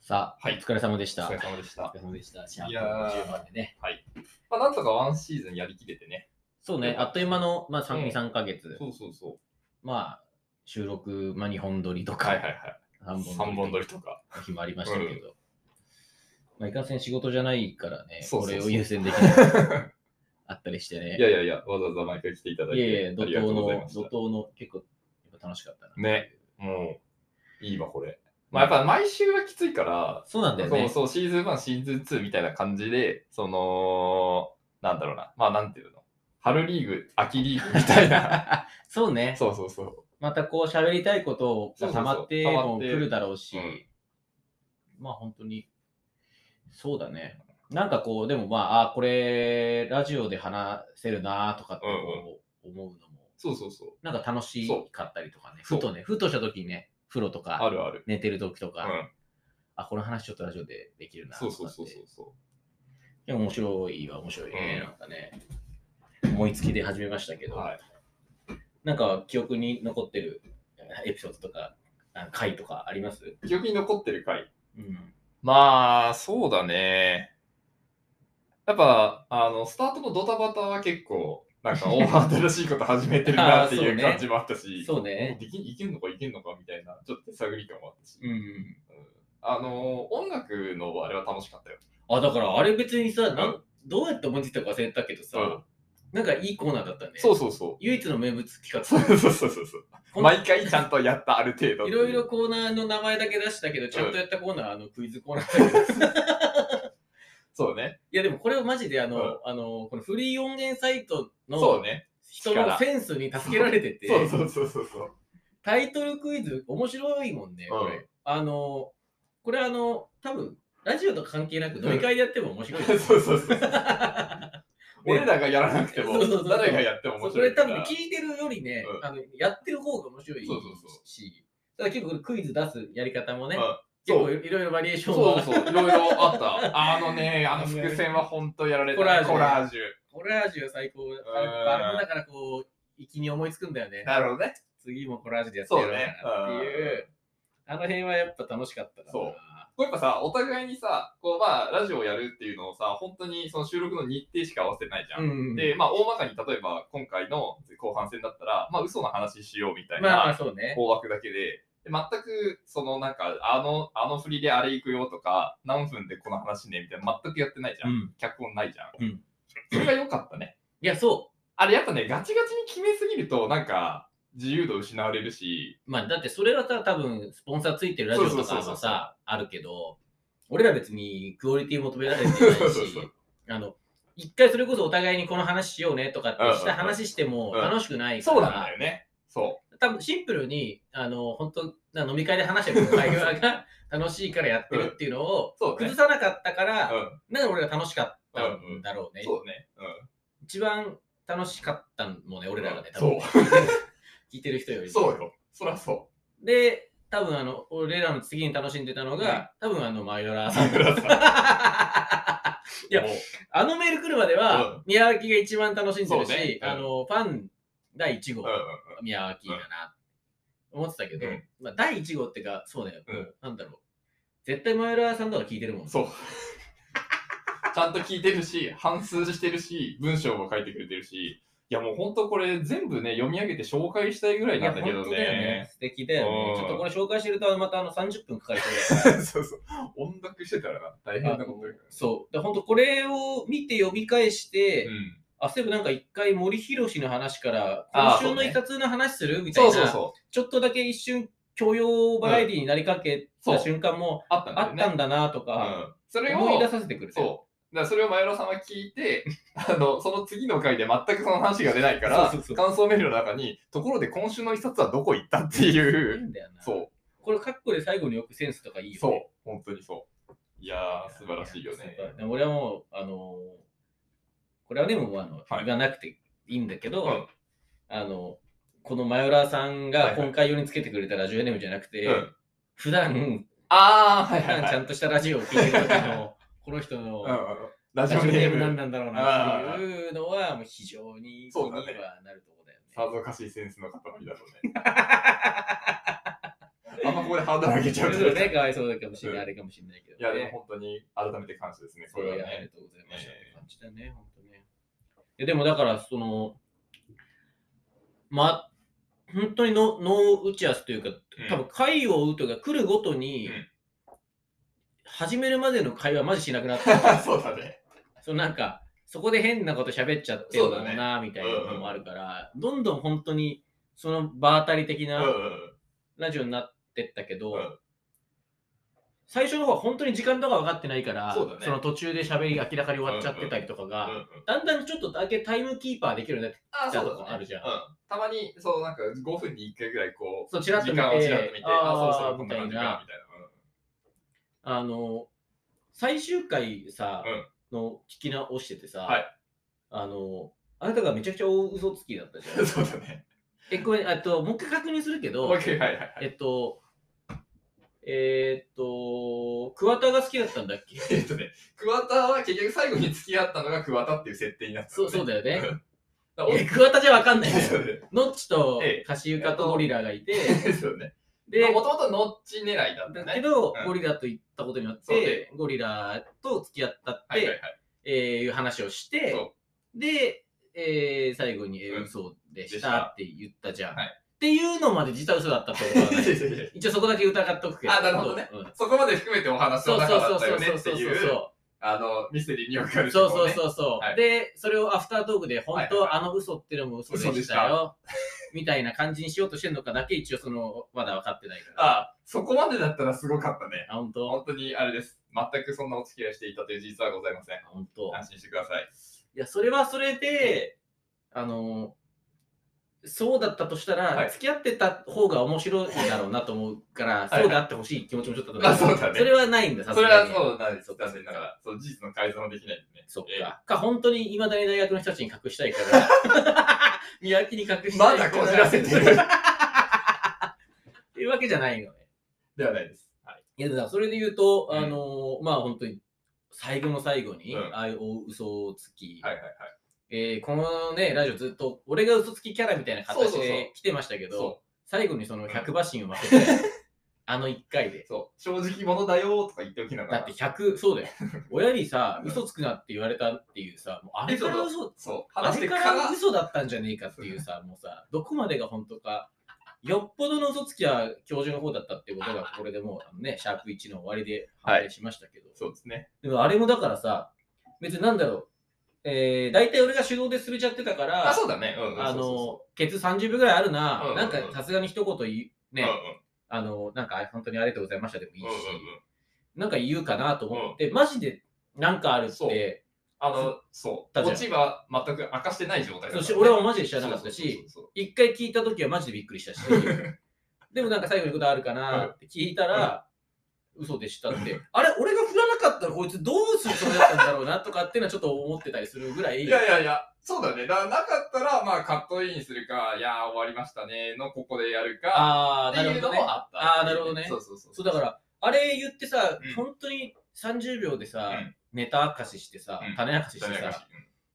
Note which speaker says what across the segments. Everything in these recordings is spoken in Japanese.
Speaker 1: さあ、
Speaker 2: はい
Speaker 1: お疲れ様でし
Speaker 2: お
Speaker 1: た。
Speaker 2: 疲れ様でした
Speaker 1: お。疲れ様でした。シャープ
Speaker 2: いやー
Speaker 1: 10番でね。
Speaker 2: はい。まあ、なんとかワンシーズンやりきれてね。
Speaker 1: そうね、あっという間の、まあ、3,
Speaker 2: うん
Speaker 1: 3ヶ月、
Speaker 2: そうそうそ
Speaker 1: まあ、収録、まあ、2本撮りと
Speaker 2: う。はい
Speaker 1: か、
Speaker 2: はいはい。
Speaker 1: 三
Speaker 2: 3本撮り
Speaker 1: と
Speaker 2: とか。
Speaker 1: か、日もありましたけど、まあ、いかんせん仕事じゃないからね、
Speaker 2: そうそうそう
Speaker 1: これを優先でき ない、あったりしてね。
Speaker 2: いやいやいや、わざわざ毎回来ていただい
Speaker 1: い
Speaker 2: て。
Speaker 1: やいや、怒
Speaker 2: ありがと
Speaker 1: 涛
Speaker 2: うござい
Speaker 1: の
Speaker 2: ま、し
Speaker 1: 怒
Speaker 2: た。
Speaker 1: 涛の、結構、やっぱ楽しかったな。
Speaker 2: ね。もう、いいわ、これ。まあ、やっぱ毎週はきついから、
Speaker 1: そうなんだよ
Speaker 2: そう
Speaker 1: ね。
Speaker 2: そう、シーズン1、シーズン2みたいな感じで、その、なんだろうな。まあ、なんていうの。春リーグ、秋リーグみたい な。
Speaker 1: そうね。
Speaker 2: そうそうそう。
Speaker 1: またこう喋りたいことがたまって
Speaker 2: そうそうそう
Speaker 1: も来るだろうし、
Speaker 2: 溜まって
Speaker 1: まあ本当に、そうだね。なんかこう、でもまあ、あこれ、ラジオで話せるなとかってこう思うのも、
Speaker 2: そうそうそう。
Speaker 1: なんか楽しかったりとかね、
Speaker 2: そう
Speaker 1: ふとね、ふとした時にね、風呂と
Speaker 2: あ
Speaker 1: か、
Speaker 2: るある。
Speaker 1: 寝てる時と
Speaker 2: う
Speaker 1: か、
Speaker 2: ん。
Speaker 1: あ、この話ちょっとラジオでできるなと
Speaker 2: そ
Speaker 1: か
Speaker 2: う
Speaker 1: って。
Speaker 2: そうそうそうそう。
Speaker 1: でも面白いは面白いね、
Speaker 2: うん
Speaker 1: なんかね。思いつきで始めましたけど、
Speaker 2: はい
Speaker 1: なんか記憶に残ってるエピソードとか、あ回とかあります
Speaker 2: 記憶に残ってる回。
Speaker 1: うん。
Speaker 2: まあ、そうだね。やっぱ、あの、スタートのドタバタは結構、なんか、大ー新しいこと始めてるなってい
Speaker 1: あーそう
Speaker 2: う
Speaker 1: ね
Speaker 2: 感じもあったし、
Speaker 1: そうね。
Speaker 2: できいけんのかいけんのかみたいな、ちょっと手探り感もあったし、
Speaker 1: うん。
Speaker 2: うんあの、音楽のあれは楽しかったよ。
Speaker 1: あ、だからあれ別にさ、な
Speaker 2: うん
Speaker 1: どうやって思いついたか忘れたけどさ、
Speaker 2: うん
Speaker 1: なんかいいコーナーだったね。
Speaker 2: そうそうそう。
Speaker 1: 唯一の名物企
Speaker 2: そう
Speaker 1: 画。
Speaker 2: そうそうそうそう。毎回ちゃんとやった、ある程度。
Speaker 1: いろいろ。コーナーの名前だけ出したけど、ちゃんとやったコーナーはあのクイズコーナーだけど。い
Speaker 2: そうね。
Speaker 1: や、でもこれをマジであの、
Speaker 2: うん
Speaker 1: あの、このフリー音源サイト
Speaker 2: そう
Speaker 1: の
Speaker 2: ね。
Speaker 1: 人のセンスに助けられてて、
Speaker 2: そうそうそうそう そう。
Speaker 1: タイトルクイズ面白いもんね、これ。
Speaker 2: うん
Speaker 1: あの、これあの、多分ラジオとか関係なく飲み会でやっても面白い。
Speaker 2: そうそ うそう。俺らがやらなくて
Speaker 1: そ
Speaker 2: も
Speaker 1: うそうそう、
Speaker 2: 誰がやっても
Speaker 1: そ
Speaker 2: 面
Speaker 1: うこ
Speaker 2: 白
Speaker 1: れ
Speaker 2: いか
Speaker 1: 多
Speaker 2: ら。
Speaker 1: 分聞いてるよりね、
Speaker 2: うん
Speaker 1: あのやってる方が面白いし、
Speaker 2: そうそうそ
Speaker 1: ただ結構これクイズ出すやり方もね、
Speaker 2: うん
Speaker 1: 結構
Speaker 2: そう
Speaker 1: いろいろバリエーション
Speaker 2: そう
Speaker 1: が。
Speaker 2: そう、いろいろあった。あのね、あの伏線は本当やられた。
Speaker 1: コラージュ
Speaker 2: コラージ
Speaker 1: コラージュは最高。あれ
Speaker 2: うん
Speaker 1: バンドだからこう、粋に思いつくんだよね
Speaker 2: ュ。。なるほどね。
Speaker 1: 次もコラージュでやってやろうかなっていう。
Speaker 2: そう
Speaker 1: あの辺はやっぱ楽しかったからな
Speaker 2: そうこうやっぱさ、お互いにさ、こうまあ、ラジオをやるっていうのをさ、本当にその収録の日程しか合わせてないじゃん。
Speaker 1: うん、
Speaker 2: で、まあ、大まかに例えば今回の後半戦だったら、まあ、嘘の話しようみたい
Speaker 1: まあまあ
Speaker 2: な
Speaker 1: そうね。
Speaker 2: 大枠だけで、で全くそのなんか、あの、あの振りであれ行くよとか、何分でこの話ねみたいな、全くやってないじゃん。
Speaker 1: うん
Speaker 2: 脚本ないじゃん。
Speaker 1: うん
Speaker 2: それが良かったね。
Speaker 1: いや、そ
Speaker 2: あれやっぱね、ガチガチに決めすぎると、なんか、自由度失われるし、
Speaker 1: う。まあだってそれはさ、多分スポンサーついてるラジオとか
Speaker 2: そ
Speaker 1: は
Speaker 2: うそうそうそう
Speaker 1: さ、あるけど、俺ら別にクオリティ求められてないし
Speaker 2: そうそうそう、
Speaker 1: あの、一回それこそお互いにこの話しようねとかってし
Speaker 2: うんうんう
Speaker 1: た
Speaker 2: ん
Speaker 1: 話しても
Speaker 2: うん
Speaker 1: 楽しくないか
Speaker 2: そうなんだ
Speaker 1: ら、
Speaker 2: よね。そ
Speaker 1: 多分シンプルに、あの、本当な飲み会で話してる会話が 楽しいからやってるっていうのを
Speaker 2: う。そうね
Speaker 1: 崩。さなかったか
Speaker 2: う
Speaker 1: ら、
Speaker 2: ん。
Speaker 1: なんか俺ら楽しかったんだろうね。
Speaker 2: そうね。
Speaker 1: 一番楽しかったのもね、俺らがね、多
Speaker 2: そう
Speaker 1: 分聞い てる聞いてる人よ
Speaker 2: うん。
Speaker 1: り。
Speaker 2: そうよ。そらそ
Speaker 1: で、多分あの、俺らの次に楽しんでたのが、多分あの、マヨラー
Speaker 2: う。
Speaker 1: さん。
Speaker 2: 桜さん。
Speaker 1: いや
Speaker 2: もう
Speaker 1: あのメール来るまでは、宮脇が一番楽しんでるし、
Speaker 2: そうねうん
Speaker 1: あの、ファン第1号、
Speaker 2: うんうん
Speaker 1: 宮脇だな、思ってたけど、
Speaker 2: うん
Speaker 1: まあ、第1号ってか、そうだよ、
Speaker 2: うん
Speaker 1: もうなんだろう。絶対マヨラーさんとか聞いてるも。
Speaker 2: うん ん。そう。ちゃんと聞いてるし、反数してるし、文章も書いてくれてるし、いやもう本当これ全部ね、読み上げて紹介したいぐらい
Speaker 1: いや
Speaker 2: なんだ
Speaker 1: 本
Speaker 2: けど
Speaker 1: 当だよね
Speaker 2: ね。。
Speaker 1: 素敵だよね。
Speaker 2: うん
Speaker 1: ちょっとこれ紹介してると、またあの30分かかりそうだか
Speaker 2: そうそう。音読してたらな、 大変
Speaker 1: ら
Speaker 2: なことだよね。
Speaker 1: そう。で本当これを見て読み返して、
Speaker 2: うん。
Speaker 1: あ、そういえばなんか一回森博の話から、今
Speaker 2: あー
Speaker 1: 週
Speaker 2: そう
Speaker 1: の
Speaker 2: ね
Speaker 1: いさつの話するみたい
Speaker 2: そ
Speaker 1: な
Speaker 2: うそうそう。
Speaker 1: ちょっとだけ一瞬許容バラエティになりかけ
Speaker 2: う
Speaker 1: た
Speaker 2: んそう
Speaker 1: 瞬間も
Speaker 2: あったんだ
Speaker 1: あ
Speaker 2: よ
Speaker 1: っ
Speaker 2: ね。
Speaker 1: たんだなとか、
Speaker 2: うん。それを、
Speaker 1: 思い出させてくれて。
Speaker 2: そう。だからそれを前田さんは聞いて、 あの、その次の回で全くその話が出ないか
Speaker 1: そ
Speaker 2: ら、
Speaker 1: うそうそう
Speaker 2: 感想メールの中に、ところで今週の一冊はどこ行ったってい
Speaker 1: いい
Speaker 2: う、
Speaker 1: んだよな。
Speaker 2: そ、
Speaker 1: これ、カッコで最後によくセンスとかいいうよ、ね。
Speaker 2: そう、本当にそう。いやー、素晴らしいよね。
Speaker 1: や。俺はもう、あのーこれはでも、あの、
Speaker 2: はい
Speaker 1: 言わなくていいんだけど、
Speaker 2: うん
Speaker 1: あの、このマヨラーさん
Speaker 2: はい
Speaker 1: が
Speaker 2: はい
Speaker 1: 今回用につけてくれたラジオネームじゃなくて、
Speaker 2: うん
Speaker 1: 普段、
Speaker 2: あー、はい
Speaker 1: 普
Speaker 2: はい
Speaker 1: 段
Speaker 2: は
Speaker 1: ち
Speaker 2: い。
Speaker 1: ゃんとしたラジオを聞いてる時 の、この人の、
Speaker 2: うんうんラ
Speaker 1: ラ
Speaker 2: ジ
Speaker 1: ジ
Speaker 2: オ
Speaker 1: オ
Speaker 2: ネ
Speaker 1: ネ
Speaker 2: ー
Speaker 1: ー
Speaker 2: ム
Speaker 1: ム 何なんだろうなっていうのは、もう非常に気に
Speaker 2: そう
Speaker 1: は
Speaker 2: だね
Speaker 1: なるところだよね。
Speaker 2: さぞかしいセンスの塊だろうね。あんまここでハードル上げちゃう と。
Speaker 1: そうね、かわいそうだかもしれない、
Speaker 2: うん
Speaker 1: あれかもしれないけど、ね。
Speaker 2: いや、でも本当に改めて感謝ですね。こ
Speaker 1: そう
Speaker 2: れ
Speaker 1: だ
Speaker 2: は
Speaker 1: ね、あり
Speaker 2: ね
Speaker 1: が。とうございましたって感じだね、本当ね。いやでもだから、その、ま、本当にの脳打ち合わせというか、多分回を追うというか、来るごとに、
Speaker 2: うん
Speaker 1: 始めるまでの会話、マジしなくな った。
Speaker 2: そうだね。
Speaker 1: そのなんか、そこで変なこと喋っちゃってるのもな、みたいなのもあるから、どんどん本当に、その場当たり的
Speaker 2: うん
Speaker 1: なラジオになってったけど、
Speaker 2: うん
Speaker 1: 最初の方は本当に時間とか分かってないから、
Speaker 2: そうだね
Speaker 1: の途中で喋りが明らかに終わっちゃってたりとかが、
Speaker 2: うんうん。
Speaker 1: だんだんちょっとだけタイムキーパーできるようになって、
Speaker 2: ああ、そう
Speaker 1: ちゃん
Speaker 2: だね。
Speaker 1: とあるじゃん
Speaker 2: うん。たまに、そう、なんか5分に1回ぐらいこう、
Speaker 1: そう、ちらっと
Speaker 2: 時
Speaker 1: 見て、
Speaker 2: 間をちらっと見て、ああ、そう
Speaker 1: あ
Speaker 2: そう、
Speaker 1: ー
Speaker 2: こ
Speaker 1: み
Speaker 2: ん
Speaker 1: た
Speaker 2: な
Speaker 1: い
Speaker 2: 感じか、
Speaker 1: な。
Speaker 2: みたいな。うん
Speaker 1: あの、最終回さ、
Speaker 2: うん
Speaker 1: の聞き直しててさ、
Speaker 2: はい
Speaker 1: あの、あなたがめちゃくちゃ大嘘つきだったじゃん。
Speaker 2: そうだね。
Speaker 1: え、これ、えっと、もう一回確認するけど、
Speaker 2: OK、はいはいはい。
Speaker 1: えっと、えーっと、桑田が好きだったんだっけ
Speaker 2: えっとね、桑田は結局最後に付き合ったのが桑田っていう設定になってた
Speaker 1: そ
Speaker 2: の
Speaker 1: うそう
Speaker 2: ね。
Speaker 1: だよ ね。
Speaker 2: だ
Speaker 1: え、桑田じゃわ かんないよ
Speaker 2: そうだね。
Speaker 1: ノッチと
Speaker 2: ええ
Speaker 1: カシユカとゴリラがいて、
Speaker 2: そうだね。
Speaker 1: で、
Speaker 2: もともとノッチ狙いだった
Speaker 1: だけ
Speaker 2: ね。
Speaker 1: ど、
Speaker 2: うん
Speaker 1: ゴリラと行ったことによっ
Speaker 2: そう
Speaker 1: て
Speaker 2: で、
Speaker 1: ゴリラと付き合ったって、
Speaker 2: はいはいはい。
Speaker 1: えーいう話をして
Speaker 2: そ、
Speaker 1: で、えー最後に、えー
Speaker 2: うん
Speaker 1: 嘘で
Speaker 2: で
Speaker 1: し
Speaker 2: したた
Speaker 1: って言ったじゃん。
Speaker 2: はい
Speaker 1: っていうのまで実は嘘だったと思わない
Speaker 2: いやいやいや
Speaker 1: 一応そこだけ疑っとくけど。
Speaker 2: あなるほどね
Speaker 1: うん
Speaker 2: そこまで含めてお話
Speaker 1: そ
Speaker 2: の
Speaker 1: う
Speaker 2: 中
Speaker 1: そう
Speaker 2: だ
Speaker 1: そう
Speaker 2: った
Speaker 1: そ
Speaker 2: よ
Speaker 1: う
Speaker 2: ね
Speaker 1: そう
Speaker 2: って
Speaker 1: そう
Speaker 2: いう、あの、ミステリーによくあると
Speaker 1: そうそ
Speaker 2: ころ
Speaker 1: う
Speaker 2: ね。
Speaker 1: そうそう、
Speaker 2: はい
Speaker 1: でそれをアフタートークで本当、
Speaker 2: はいは
Speaker 1: あの嘘ってのも嘘で
Speaker 2: 嘘で
Speaker 1: し
Speaker 2: したた
Speaker 1: よみたいな感じにしようとしてるのかだけ一応そのまだ分かってないから
Speaker 2: ああ、そこまでだったらすごかったね。
Speaker 1: あ本当
Speaker 2: 本当にあれです。全くそんなお付き合いしていたという事実はございません
Speaker 1: あ。本当
Speaker 2: 安心してください。
Speaker 1: いやそれはそれであのそうだったとしたら、
Speaker 2: はい
Speaker 1: 付き合ってた方が面白いだろうなと思うから、
Speaker 2: はい
Speaker 1: そうであってほしい気持ちもちょっとあった
Speaker 2: あそうだね
Speaker 1: それはないんだ、さ
Speaker 2: そ
Speaker 1: す
Speaker 2: れ
Speaker 1: が
Speaker 2: は
Speaker 1: に
Speaker 2: そうなんです。
Speaker 1: そっか
Speaker 2: 残念ながら、そう事実の改ざんはできないんでね。
Speaker 1: そっ
Speaker 2: えー
Speaker 1: か。か、本当にいまだに大学の人たちに隠したい から。見飽きに隠した
Speaker 2: ま
Speaker 1: いから。
Speaker 2: だこじらせて
Speaker 1: っ
Speaker 2: る。
Speaker 1: ていうわけじゃないのね。
Speaker 2: ではないです。はい。
Speaker 1: いや、だからそれで言うと、
Speaker 2: うん
Speaker 1: あのまあ本当に、最後の最後に、
Speaker 2: うん
Speaker 1: ああいう大嘘つき、
Speaker 2: はいはいはい。
Speaker 1: えーこのね、ラジオずっと、俺が嘘つきキャラみたいな
Speaker 2: そう
Speaker 1: 形
Speaker 2: そうそう
Speaker 1: で来てましたけど、
Speaker 2: そ
Speaker 1: 最後にその100馬身を負けて、 あの1回で
Speaker 2: う。。そう。正直者だよとか言っておきなが
Speaker 1: だ
Speaker 2: ら。
Speaker 1: って100、そうだよ。親にさ、
Speaker 2: うん
Speaker 1: 嘘つくなって言われたっていうさ、もうあれから
Speaker 2: そう
Speaker 1: 嘘
Speaker 2: そう。
Speaker 1: あ
Speaker 2: 話し
Speaker 1: れ
Speaker 2: て
Speaker 1: か
Speaker 2: からら、
Speaker 1: 嘘だったんじゃねえかっていう さ、もうさ、どこまでが本当か、よっぽどの嘘つきは教授の方だったってことが、これでもうあのね、シャープ1の終わりで判明しましたけど、
Speaker 2: そうですね。
Speaker 1: でもあれもだからさ、別になんだろう、えー、大体俺が手動で進めちゃってたから、
Speaker 2: あ、そうだね。うんうん。
Speaker 1: あ
Speaker 2: そうそうそ
Speaker 1: の、ケツ30秒ぐらいあるな、
Speaker 2: うんうんうん
Speaker 1: なんかさすがに一言言う、
Speaker 2: う
Speaker 1: ね、
Speaker 2: うんうん
Speaker 1: あの、なんか本当にありがとうございましたでもいいし、
Speaker 2: うんうんうん
Speaker 1: なんか言うかなと思って、マジでなんかあるって、
Speaker 2: あの、そう。
Speaker 1: だって
Speaker 2: 落ちは全く明かしてない状
Speaker 1: そ
Speaker 2: 態だから
Speaker 1: う
Speaker 2: ね
Speaker 1: し俺はマジで知らなかったし、、
Speaker 2: そうそうそう
Speaker 1: 一回聞いた時はマジでびっくりした し、でもなんか最後にことあるかなって聞いたら、嘘でしたって、あれ、俺が振らなかったらこいつどうするつもりだったんだろうなとかっていうのはちょっと思ってたりするぐらい、
Speaker 2: いやいやいや、そうだね。だからなかったら、まあ、カットインするか、いやー、終わりましたね、のここでやるか、
Speaker 1: あ
Speaker 2: っ
Speaker 1: あ、
Speaker 2: て
Speaker 1: なる
Speaker 2: い
Speaker 1: ほ
Speaker 2: う
Speaker 1: ど
Speaker 2: の
Speaker 1: ね。
Speaker 2: もあった、
Speaker 1: あーなるほどね
Speaker 2: そうそうそう。
Speaker 1: そうだから、あれ言ってさ、
Speaker 2: うん
Speaker 1: 本当に30秒でさ、
Speaker 2: うん
Speaker 1: ネタ明かししてさ、
Speaker 2: うん
Speaker 1: 種明かしして
Speaker 2: 種明かし
Speaker 1: さ、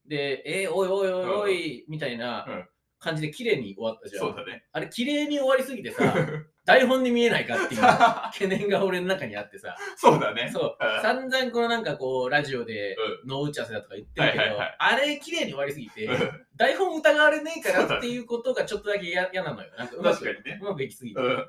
Speaker 1: で、えーおいおいおいおい、みたい
Speaker 2: うん
Speaker 1: な感じで綺麗に終わったじゃん。
Speaker 2: そうだね。
Speaker 1: あれ、綺麗に終わりすぎてさ、台本に見えないか っていう懸念が俺の中にあってさ、
Speaker 2: そうだね。
Speaker 1: そう、
Speaker 2: うん
Speaker 1: 散々このなんかこう、ラジオで、脳打ち合わせだとか言ってるけど、
Speaker 2: はいはいはい
Speaker 1: あれ綺麗に終わりすぎて
Speaker 2: うん、
Speaker 1: 台本疑われねえか
Speaker 2: そう
Speaker 1: ら
Speaker 2: だ
Speaker 1: っ
Speaker 2: ね
Speaker 1: ていうことがちょっとだけ嫌嫌なのよ。なんかうま
Speaker 2: 確か
Speaker 1: く、
Speaker 2: にね。
Speaker 1: うまくいきすぎて。
Speaker 2: う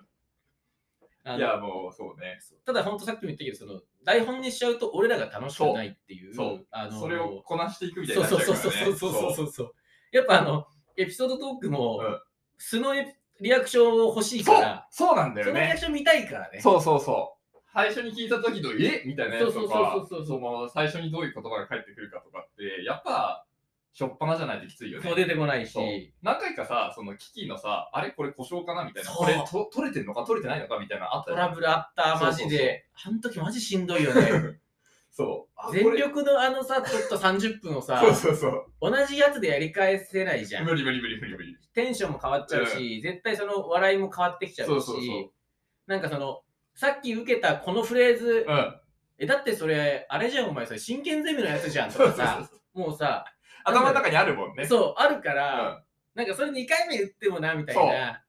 Speaker 1: あ
Speaker 2: ん。
Speaker 1: の
Speaker 2: いや、もう、そうね。
Speaker 1: そうただ本当さっきも言ったけどその台本にしちゃうと俺らが楽しくないっていう
Speaker 2: そうそう
Speaker 1: あの
Speaker 2: それをこなしていくみたいに
Speaker 1: そう
Speaker 2: なっち
Speaker 1: そう
Speaker 2: ゃう
Speaker 1: そう
Speaker 2: からね。
Speaker 1: そうそうそうそうそうやっぱあのエピソードトークも、
Speaker 2: うん
Speaker 1: 素のエピリアクションを欲しい
Speaker 2: そ
Speaker 1: か
Speaker 2: う
Speaker 1: ら
Speaker 2: そうなんだ
Speaker 1: そ
Speaker 2: よ
Speaker 1: のリア
Speaker 2: ね
Speaker 1: ク。ション見たいからね
Speaker 2: そうそうそう。最初に聞いた時の「えみたいなやつと
Speaker 1: そう
Speaker 2: か
Speaker 1: そうそうそうそう
Speaker 2: その最初にどういう言葉が返ってくるかとかってやっぱしょっぱなじゃないときついよね。
Speaker 1: そう出てこない
Speaker 2: そう
Speaker 1: し
Speaker 2: 何回かさその機器のさあれこれ故障かなみたいな
Speaker 1: そう
Speaker 2: これと取れてんのか取れてないのかみたいなのあった
Speaker 1: ト
Speaker 2: じゃ
Speaker 1: ラ
Speaker 2: ん
Speaker 1: ブルあったマジであの時マジしんどいよね
Speaker 2: そう あ
Speaker 1: 全
Speaker 2: これ
Speaker 1: 力のあのさちょっと30分をさ
Speaker 2: そうそうそう
Speaker 1: 同じやつでやり返せないじゃん
Speaker 2: 無理無理無理無理無理
Speaker 1: テンションも変わっちゃうし、絶対その笑いも変わってきちゃうし
Speaker 2: そうそうそう
Speaker 1: なんかそのさっき受けたこのフレーズ、
Speaker 2: うん
Speaker 1: えだってそれあれじゃんお前それ真剣ゼミのやつじゃんと
Speaker 2: そう
Speaker 1: か
Speaker 2: そうそ
Speaker 1: さ
Speaker 2: う
Speaker 1: もうさ
Speaker 2: 頭の中にあるもんね
Speaker 1: そうあるか
Speaker 2: う
Speaker 1: ら、
Speaker 2: ん
Speaker 1: なんかそれ2回目言ってもなみたいな
Speaker 2: や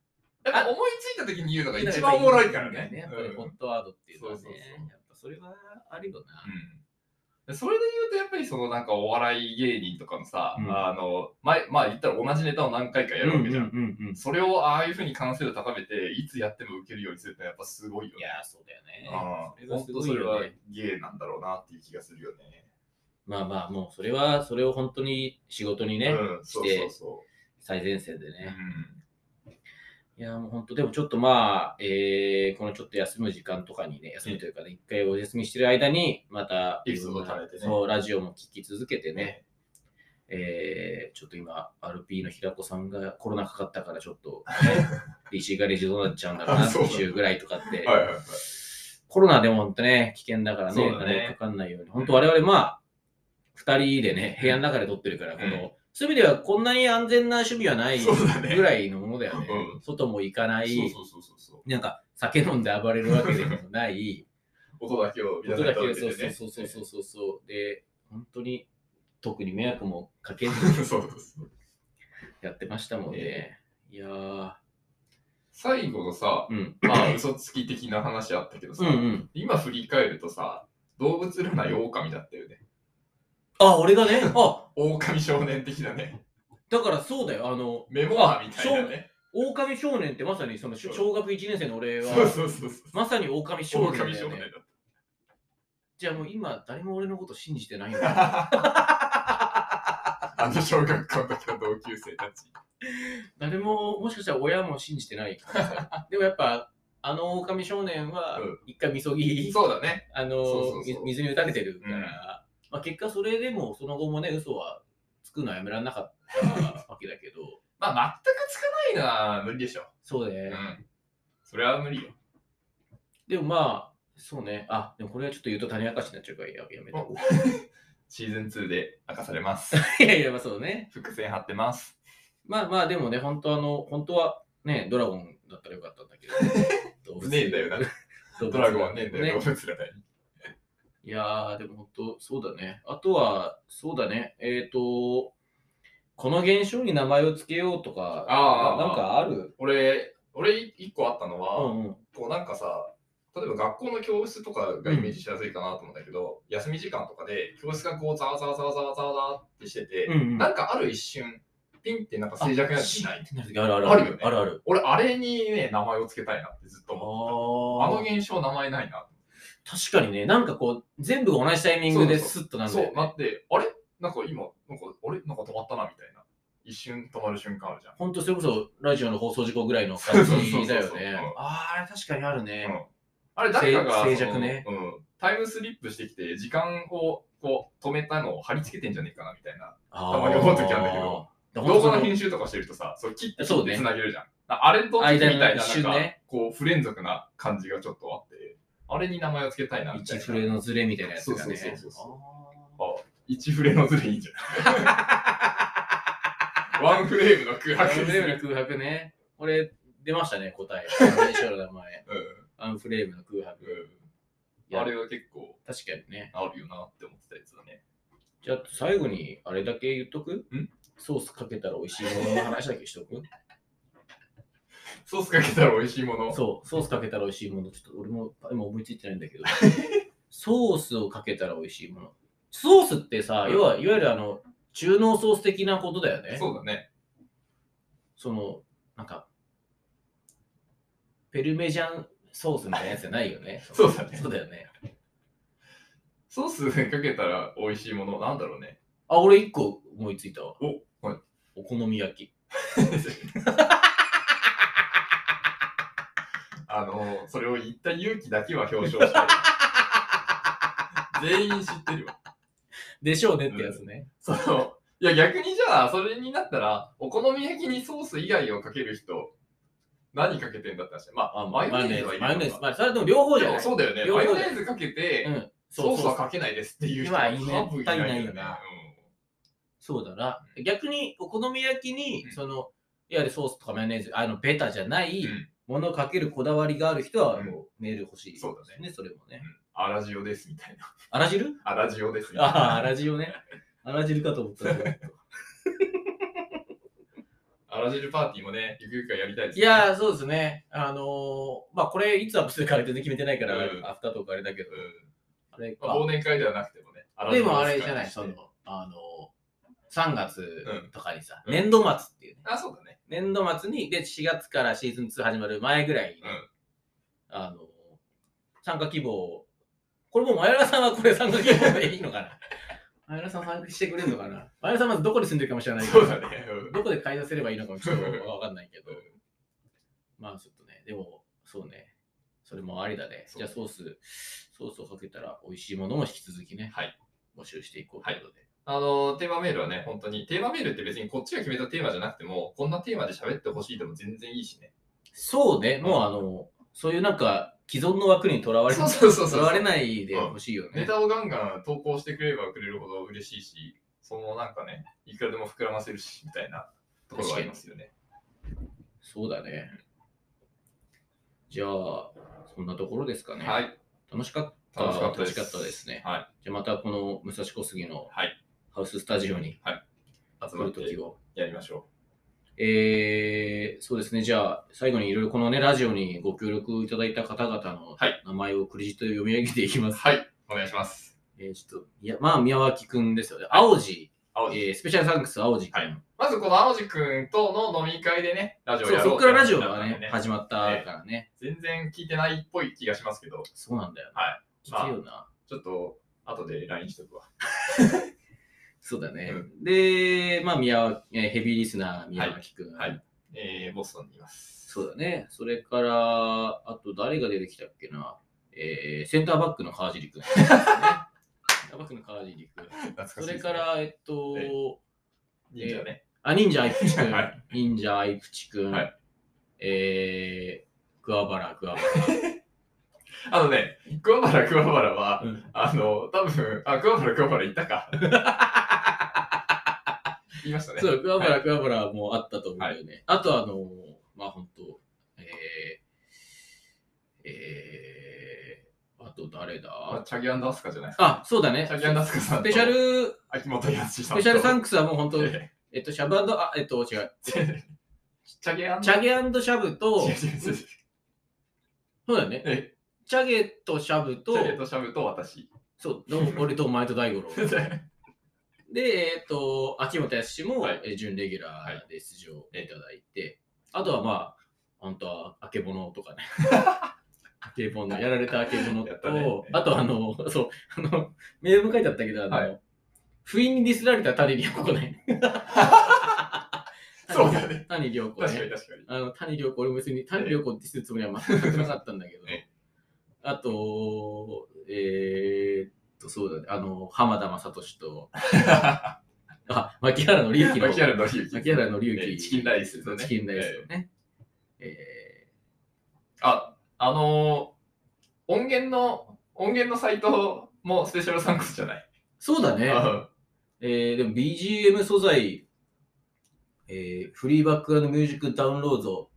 Speaker 2: っぱ思いついた時に言うのが一番おもろいからね。
Speaker 1: やっぱりホットワードっていうのはね
Speaker 2: そうそうそう、
Speaker 1: やっぱそれはあるよな。
Speaker 2: うんそれで言うと、やっぱりそのなんかお笑い芸人とかのさ、
Speaker 1: うん
Speaker 2: あの、前、まあ言ったら同じネタを何回かやるわけじゃん。
Speaker 1: うんうんうん
Speaker 2: それをああいうふうに完成度高めて、いつやっても受けるようにするってやっぱすごいよ
Speaker 1: い
Speaker 2: ね。
Speaker 1: やー、そうだよね。
Speaker 2: ああ
Speaker 1: それが
Speaker 2: 本
Speaker 1: す
Speaker 2: 当
Speaker 1: ご
Speaker 2: そ
Speaker 1: い
Speaker 2: れ
Speaker 1: よ
Speaker 2: は
Speaker 1: ね。
Speaker 2: 芸なんだろうなっていう気がするよね。
Speaker 1: まあまあ、もうそれは、それを本当に仕事にね、
Speaker 2: うん、そうそうそ
Speaker 1: 最前線で
Speaker 2: う。う
Speaker 1: ね。
Speaker 2: ん
Speaker 1: いやー、もう本当、でもちょっとまあ、えーこのちょっと休む時間とかにね、休みというかね、一回お休みしてる間に、また、
Speaker 2: エピソードを貯めてね
Speaker 1: そう、ラジオも聞き続けてね、えーちょっと今、RP の平子さんがコロナかかったから、ちょっと、 ね、DC ガレージどうなっちゃうんだろうな、
Speaker 2: あそう
Speaker 1: 今週ぐらいとか って。
Speaker 2: はいはいはい。
Speaker 1: コロナでも本当ね、危険だから
Speaker 2: そ
Speaker 1: ね、
Speaker 2: うだね
Speaker 1: あのかかんないように。本当我々、まあ、二人でね、部屋の中で撮ってるから、この、そういう意味ではこんなに安全な趣味はない
Speaker 2: そうだね
Speaker 1: ぐらいのものだよね。
Speaker 2: う
Speaker 1: 外も行かない、
Speaker 2: そうそうそうそうそう。
Speaker 1: なんか酒飲んで暴れるわけでも ない、
Speaker 2: 音だけを皆
Speaker 1: 音
Speaker 2: さんに
Speaker 1: だけ、
Speaker 2: 届
Speaker 1: そ
Speaker 2: け
Speaker 1: う
Speaker 2: てね。
Speaker 1: そうそうそうそうそう。で、本当に特に迷惑もかけず
Speaker 2: そうそうそう。
Speaker 1: やってました もんね。いやー、
Speaker 2: 最後のさ、
Speaker 1: うん。
Speaker 2: まあ、嘘つき的な話あったけどさ、
Speaker 1: うんうん。
Speaker 2: 今振り返るとさ、動物占い狼だったよね。
Speaker 1: あ、俺がね、あ、
Speaker 2: 狼少年的なね。
Speaker 1: だからそうだよ、あの、
Speaker 2: メモアみたいなね。
Speaker 1: 狼少年ってまさにその
Speaker 2: そう
Speaker 1: 小学1年生の俺は、
Speaker 2: そうそうそうそう。
Speaker 1: まさに狼少年だよ
Speaker 2: 狼
Speaker 1: ね
Speaker 2: 少 年だっ
Speaker 1: じゃあもう今、誰も俺のこと信じてないんだ。
Speaker 2: た。あの小学校の時の同級生たち。
Speaker 1: 誰も、もしかしたら親も信じてないから さ。でもやっぱ、あの狼少年は
Speaker 2: うん、
Speaker 1: 一回みそぎ、
Speaker 2: そうだね。
Speaker 1: あ
Speaker 2: そうそ
Speaker 1: の
Speaker 2: うそう
Speaker 1: み水に打たれてるから、
Speaker 2: うん
Speaker 1: まあ、結果それでも、その後もね、嘘はつくのはやめられなかったわけだけど、
Speaker 2: まあ、全くつかないのは無理でしょ。
Speaker 1: そう
Speaker 2: う
Speaker 1: ね。
Speaker 2: ん。それは無理よ。
Speaker 1: でもまあ、そうね。あ、でもこれはちょっと言うと種明かしになっちゃうからややめとこ
Speaker 2: シーズン2で明かされます。
Speaker 1: う。いやいや、まあそうね。
Speaker 2: 伏線張ってます。
Speaker 1: まあまあ、でもね、本当あの、本当はね、ドラゴンだったらよかったんだけど。 動物
Speaker 2: ねえんだよな。
Speaker 1: 動物
Speaker 2: ドラゴンはねえんだよ、動物占い。
Speaker 1: いやー、でも本当、そうだね。あとは、そうだね。えっ、ー、と、この現象に名前をつけようとか、
Speaker 2: あー
Speaker 1: ななんかある
Speaker 2: 俺、俺一個あったのは、
Speaker 1: うんうん。
Speaker 2: こうなんかさ、例えば学校の教室とかがイメージしやすいかなと思うんだけど、休み時間とかで教室がこうざわざわざわざわざわざわってしてて、
Speaker 1: うん
Speaker 2: なんかある一瞬、ピンってなんか静寂になってしない。
Speaker 1: あるある
Speaker 2: あるよね
Speaker 1: あるある。
Speaker 2: 俺、あれにね、名前を付けたいなってずっと
Speaker 1: あ
Speaker 2: 思ってた。あ
Speaker 1: ー
Speaker 2: の現象、名前ないな。
Speaker 1: 確かにね、なんかこう、全部が同じタイミングでスッとなんだ
Speaker 2: そ
Speaker 1: よ
Speaker 2: う、な
Speaker 1: ね。
Speaker 2: って、あれなんか今、なんか、あれなんか止まったなみたいな。一瞬止まる瞬間あるじゃん。
Speaker 1: 本当それこそラジオの放送事故ぐらいの感
Speaker 2: そうそうそ
Speaker 1: じ
Speaker 2: うそう
Speaker 1: だよ
Speaker 2: うん
Speaker 1: ね。あーあれ確かにあるね。
Speaker 2: あれ、誰かが、
Speaker 1: 静
Speaker 2: その
Speaker 1: 静寂ね
Speaker 2: うん、タイムスリップしてきて、時間をこう止めたのを貼り付けてんじゃねえかなみたいな。
Speaker 1: あ
Speaker 2: たまに思う時あるんだけど
Speaker 1: ど
Speaker 2: 動画の編集とかしてるとさ、そう切って切
Speaker 1: そう
Speaker 2: っ
Speaker 1: ね
Speaker 2: てつなげるじゃん。あれと時みたいな、
Speaker 1: 間の
Speaker 2: な
Speaker 1: 一
Speaker 2: ん
Speaker 1: 瞬
Speaker 2: か、
Speaker 1: ね
Speaker 2: こう、不連続な感じがちょっとあって、あれに名前を付けたいなみたい
Speaker 1: 一
Speaker 2: な。
Speaker 1: フレのズレみたいなやつがね。
Speaker 2: そうそうそうそう
Speaker 1: あー
Speaker 2: 一フレのズレいいんじゃないワンフレームの空
Speaker 1: アンフ
Speaker 2: 白にす
Speaker 1: レーム
Speaker 2: る。
Speaker 1: の空白ね。これ、出ましたね、答 え。最初の名前。
Speaker 2: うん
Speaker 1: アンフレームの空白。
Speaker 2: うん、あれは結構
Speaker 1: 確かにね。
Speaker 2: あるよなって思ってたやつだね。
Speaker 1: じゃあ、最後にあれだけ言っとく
Speaker 2: ん
Speaker 1: ソースかけたら美味しいものの話だけしと く
Speaker 2: ソースかけたら美味しいもの。
Speaker 1: そう、ソースかけたら美味しいもの。ちょっと俺も今思いついてないんだけど。ソースをかけたら美味しいもの。ソースってさ、要は、いわゆるあの、中濃ソース的なことだよね。
Speaker 2: そうだね。。
Speaker 1: その、なんか、ペルメジャンソースみたいなやつじゃないよね
Speaker 2: そうだね
Speaker 1: そうだよね。
Speaker 2: ソースかけたら美味しいもの。なんだろうね。
Speaker 1: あ、俺一個思いついたわ。
Speaker 2: お、はい。
Speaker 1: お好み焼き。
Speaker 2: あの、それを言った勇気だけは表彰したい。全員知ってるよ。
Speaker 1: でしょうねってやつね。
Speaker 2: その、いや逆にじゃあ、それになったら、お好み焼きにソース以外をかける人、何かけてんだって話。まあ、マヨネーズはいる
Speaker 1: マ
Speaker 2: の
Speaker 1: ヨ
Speaker 2: か
Speaker 1: ネーズ。まあ、それでも両方じゃ
Speaker 2: い
Speaker 1: な
Speaker 2: や
Speaker 1: い。
Speaker 2: そうだよね。
Speaker 1: 両
Speaker 2: マ
Speaker 1: 方
Speaker 2: ヨネーズかけて、
Speaker 1: うん。
Speaker 2: ソ
Speaker 1: そう
Speaker 2: ースは
Speaker 1: そう。
Speaker 2: かけないですっていう人
Speaker 1: 今いないね
Speaker 2: 多分いな
Speaker 1: 絶対
Speaker 2: いよ
Speaker 1: い
Speaker 2: ね
Speaker 1: ないよ。そうだな。逆に、お好み焼きに
Speaker 2: うん、
Speaker 1: その、いわゆるソースとかマヨネーズ、あの、ベタじゃな
Speaker 2: う
Speaker 1: い
Speaker 2: んうん
Speaker 1: ものをかけるこだわりがある人は、
Speaker 2: うん
Speaker 1: もうメール欲しい、
Speaker 2: そうだ
Speaker 1: ね。それもね。
Speaker 2: アラジオですみたいな。
Speaker 1: あら汁
Speaker 2: アラジオですみたいな。
Speaker 1: ああ、あら汁ね。あら汁かと思ったけど。
Speaker 2: アラジルパーティーもね、ゆくゆくはやりたいです、
Speaker 1: い
Speaker 2: ね。
Speaker 1: やー、そうですね。あのーまあ、これ、いつアップするか全然決めてないから、
Speaker 2: うん
Speaker 1: アフタートークあれだけど
Speaker 2: う、ん
Speaker 1: あれ
Speaker 2: まあ、忘年会ではなくてもね。アラジ
Speaker 1: で
Speaker 2: ル
Speaker 1: も
Speaker 2: パー
Speaker 1: あ
Speaker 2: ティー
Speaker 1: れ
Speaker 2: です
Speaker 1: じゃ
Speaker 2: か
Speaker 1: な
Speaker 2: ら
Speaker 1: い、その、あの、3月とかにさ、
Speaker 2: うん
Speaker 1: 年度末っていうね、
Speaker 2: あ、そうだね。
Speaker 1: 年度末に、で、4月からシーズン2始まる前ぐらいにね、
Speaker 2: うん
Speaker 1: あの、参加希望、これもう前原さんはこれ参加希望でいいの かな前原さん参加してくれるのかな前原さんまずどこに住んでるかもしれないけ
Speaker 2: そ
Speaker 1: ど
Speaker 2: うだね。うん
Speaker 1: どこで開催すればいいのかもちょっとわかんないけど、まあちょっとね、でも、そうね、それもありだね。
Speaker 2: そ
Speaker 1: じ
Speaker 2: う
Speaker 1: ゃあソース、ソースをかけたら美味しいものも引き続きね、
Speaker 2: はい
Speaker 1: 募集していこうということで。
Speaker 2: あの、テーマメールはね、本当に、テーマメールって別にこっちが決めたテーマじゃなくても、こんなテーマで喋ってほしいでも全然いいしね。
Speaker 1: そうね、もうあの、そういうなんか既存の枠にとらわれ
Speaker 2: そうそうそう
Speaker 1: と
Speaker 2: そう
Speaker 1: らわれないでほしいよね。
Speaker 2: ネタをガンガン投稿してくれればくれるほど嬉しいし、そのなんかね、いくらでも膨らませるし、みたいなところがありますよね。
Speaker 1: そうだね。じゃあ、そんなところですかね。
Speaker 2: はい。
Speaker 1: 楽しかった
Speaker 2: 楽しかったです。
Speaker 1: 楽しかったですね。
Speaker 2: はい。
Speaker 1: じゃあまたこの武蔵小杉の
Speaker 2: はい
Speaker 1: ハウススタジオに
Speaker 2: 集
Speaker 1: 来
Speaker 2: まっ
Speaker 1: る
Speaker 2: て
Speaker 1: ときを。
Speaker 2: やりましょ
Speaker 1: えーそうですね、じゃあ、最後にいろいろこのね、ラジオにご協力いただいた方々の
Speaker 2: はい
Speaker 1: 名前をクレジットで読み上げていきま
Speaker 2: う。
Speaker 1: す。
Speaker 2: はい。お願いします。
Speaker 1: えーちょっと、いや、まあ、宮脇くんですよね。青路、
Speaker 2: 青
Speaker 1: えースペシャルサンクス青路くん。
Speaker 2: はまずこの青路くんとの飲み会でね、ラジオ
Speaker 1: そう
Speaker 2: や
Speaker 1: そ
Speaker 2: ろ
Speaker 1: こ
Speaker 2: う
Speaker 1: からラ
Speaker 2: っ
Speaker 1: ジ
Speaker 2: て
Speaker 1: オ
Speaker 2: 話になった
Speaker 1: が
Speaker 2: んで
Speaker 1: ね、始まったからね。
Speaker 2: 全然聞いてないっぽい気がしますけど、
Speaker 1: そうなんだよ、ね。
Speaker 2: はい
Speaker 1: 聞けよな。
Speaker 2: ちょっと後で LINE しとくわ。
Speaker 1: そうだね。
Speaker 2: う
Speaker 1: で、まあ、宮脇、えーヘビーリスナー宮脇くん。
Speaker 2: はいはいえー、ボストンにいます。
Speaker 1: そうだね。それから、あと誰が出てきたっけな。えーセンターバックの川尻 くん。ねセンターバックの川尻くん。
Speaker 2: 懐かしい
Speaker 1: そ
Speaker 2: です
Speaker 1: れ
Speaker 2: ね
Speaker 1: から、えっと、
Speaker 2: え忍者ね。
Speaker 1: あ、忍者アイプチくん
Speaker 2: は。
Speaker 1: 忍者アイプチくん
Speaker 2: はい。
Speaker 1: えー、桑原、桑原。
Speaker 2: あのね、桑原桑原は、
Speaker 1: うん
Speaker 2: あの、多分あ、桑原桑原いたか。言いましたね。
Speaker 1: そう、桑
Speaker 2: は
Speaker 1: 原、桑原もあったと思うんだよね。あと、あの、まあ、本当えー、えー、あと誰
Speaker 2: あ
Speaker 1: だ
Speaker 2: チャギアンダースカじゃないですか。
Speaker 1: あ、そうだね。
Speaker 2: チャギアンダースカさん
Speaker 1: ス
Speaker 2: と。
Speaker 1: ペシャル、
Speaker 2: 秋元康
Speaker 1: ス
Speaker 2: さんと。
Speaker 1: ペシャルサンクスはもう本当、
Speaker 2: え
Speaker 1: えっと、シャブあ、えっと、違う。
Speaker 2: えチャギアン
Speaker 1: チャゲシャブと
Speaker 2: 違う、違う違う
Speaker 1: そうだよね。
Speaker 2: え
Speaker 1: チャゲとシャブと
Speaker 2: チ、ャゲとシャブと私。
Speaker 1: そう、の俺とお前と大五郎。で、えっと、秋元康も、
Speaker 2: はい
Speaker 1: え準レギュラーで出場いただいて、あとはまあ、あんたは、あけぼの とかね。あけぼの、やられたあけぼの
Speaker 2: やっ
Speaker 1: と、
Speaker 2: たね
Speaker 1: あとあの、そう、あの、メールも書いてあったけど、あの、
Speaker 2: は
Speaker 1: 不意にディスられた谷良子ね。
Speaker 2: そうだね。
Speaker 1: 谷良子
Speaker 2: 確か
Speaker 1: ね
Speaker 2: に。確かに。
Speaker 1: あの、谷良子、俺も別に谷良子ってするつもりは全 くなかったんだけど
Speaker 2: え、
Speaker 1: あと、えーっと、そうだね、あの、浜田雅俊 と、あ、牧原の隆起の、
Speaker 2: 牧原のりゆき。
Speaker 1: 牧原の隆
Speaker 2: え
Speaker 1: 起、
Speaker 2: チキンライスのね
Speaker 1: チキンライスのね。え
Speaker 2: あ、あのー、音源の、音源のサイトもスペシャルサンクスじゃない。
Speaker 1: ーそうだね、
Speaker 2: うん
Speaker 1: えーでも BGM 素材、えーフリーバックミュージックダウンロード、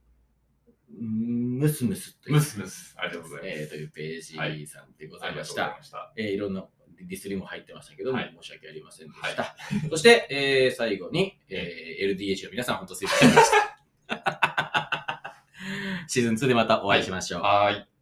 Speaker 1: ムスムスという
Speaker 2: ムスムス。ありがとうございます。
Speaker 1: えーというページさんでござ
Speaker 2: あ
Speaker 1: い
Speaker 2: り
Speaker 1: ま
Speaker 2: がとう
Speaker 1: し
Speaker 2: ご
Speaker 1: た。
Speaker 2: ざいました。
Speaker 1: えーいろんなディスりも入ってましたけども、
Speaker 2: はい
Speaker 1: 申し訳ありませんでした。 そして、えー最後に、えー LDH の皆さん、本当すいませんでした。シーズン2でまたお会いしましょう。
Speaker 2: はーい。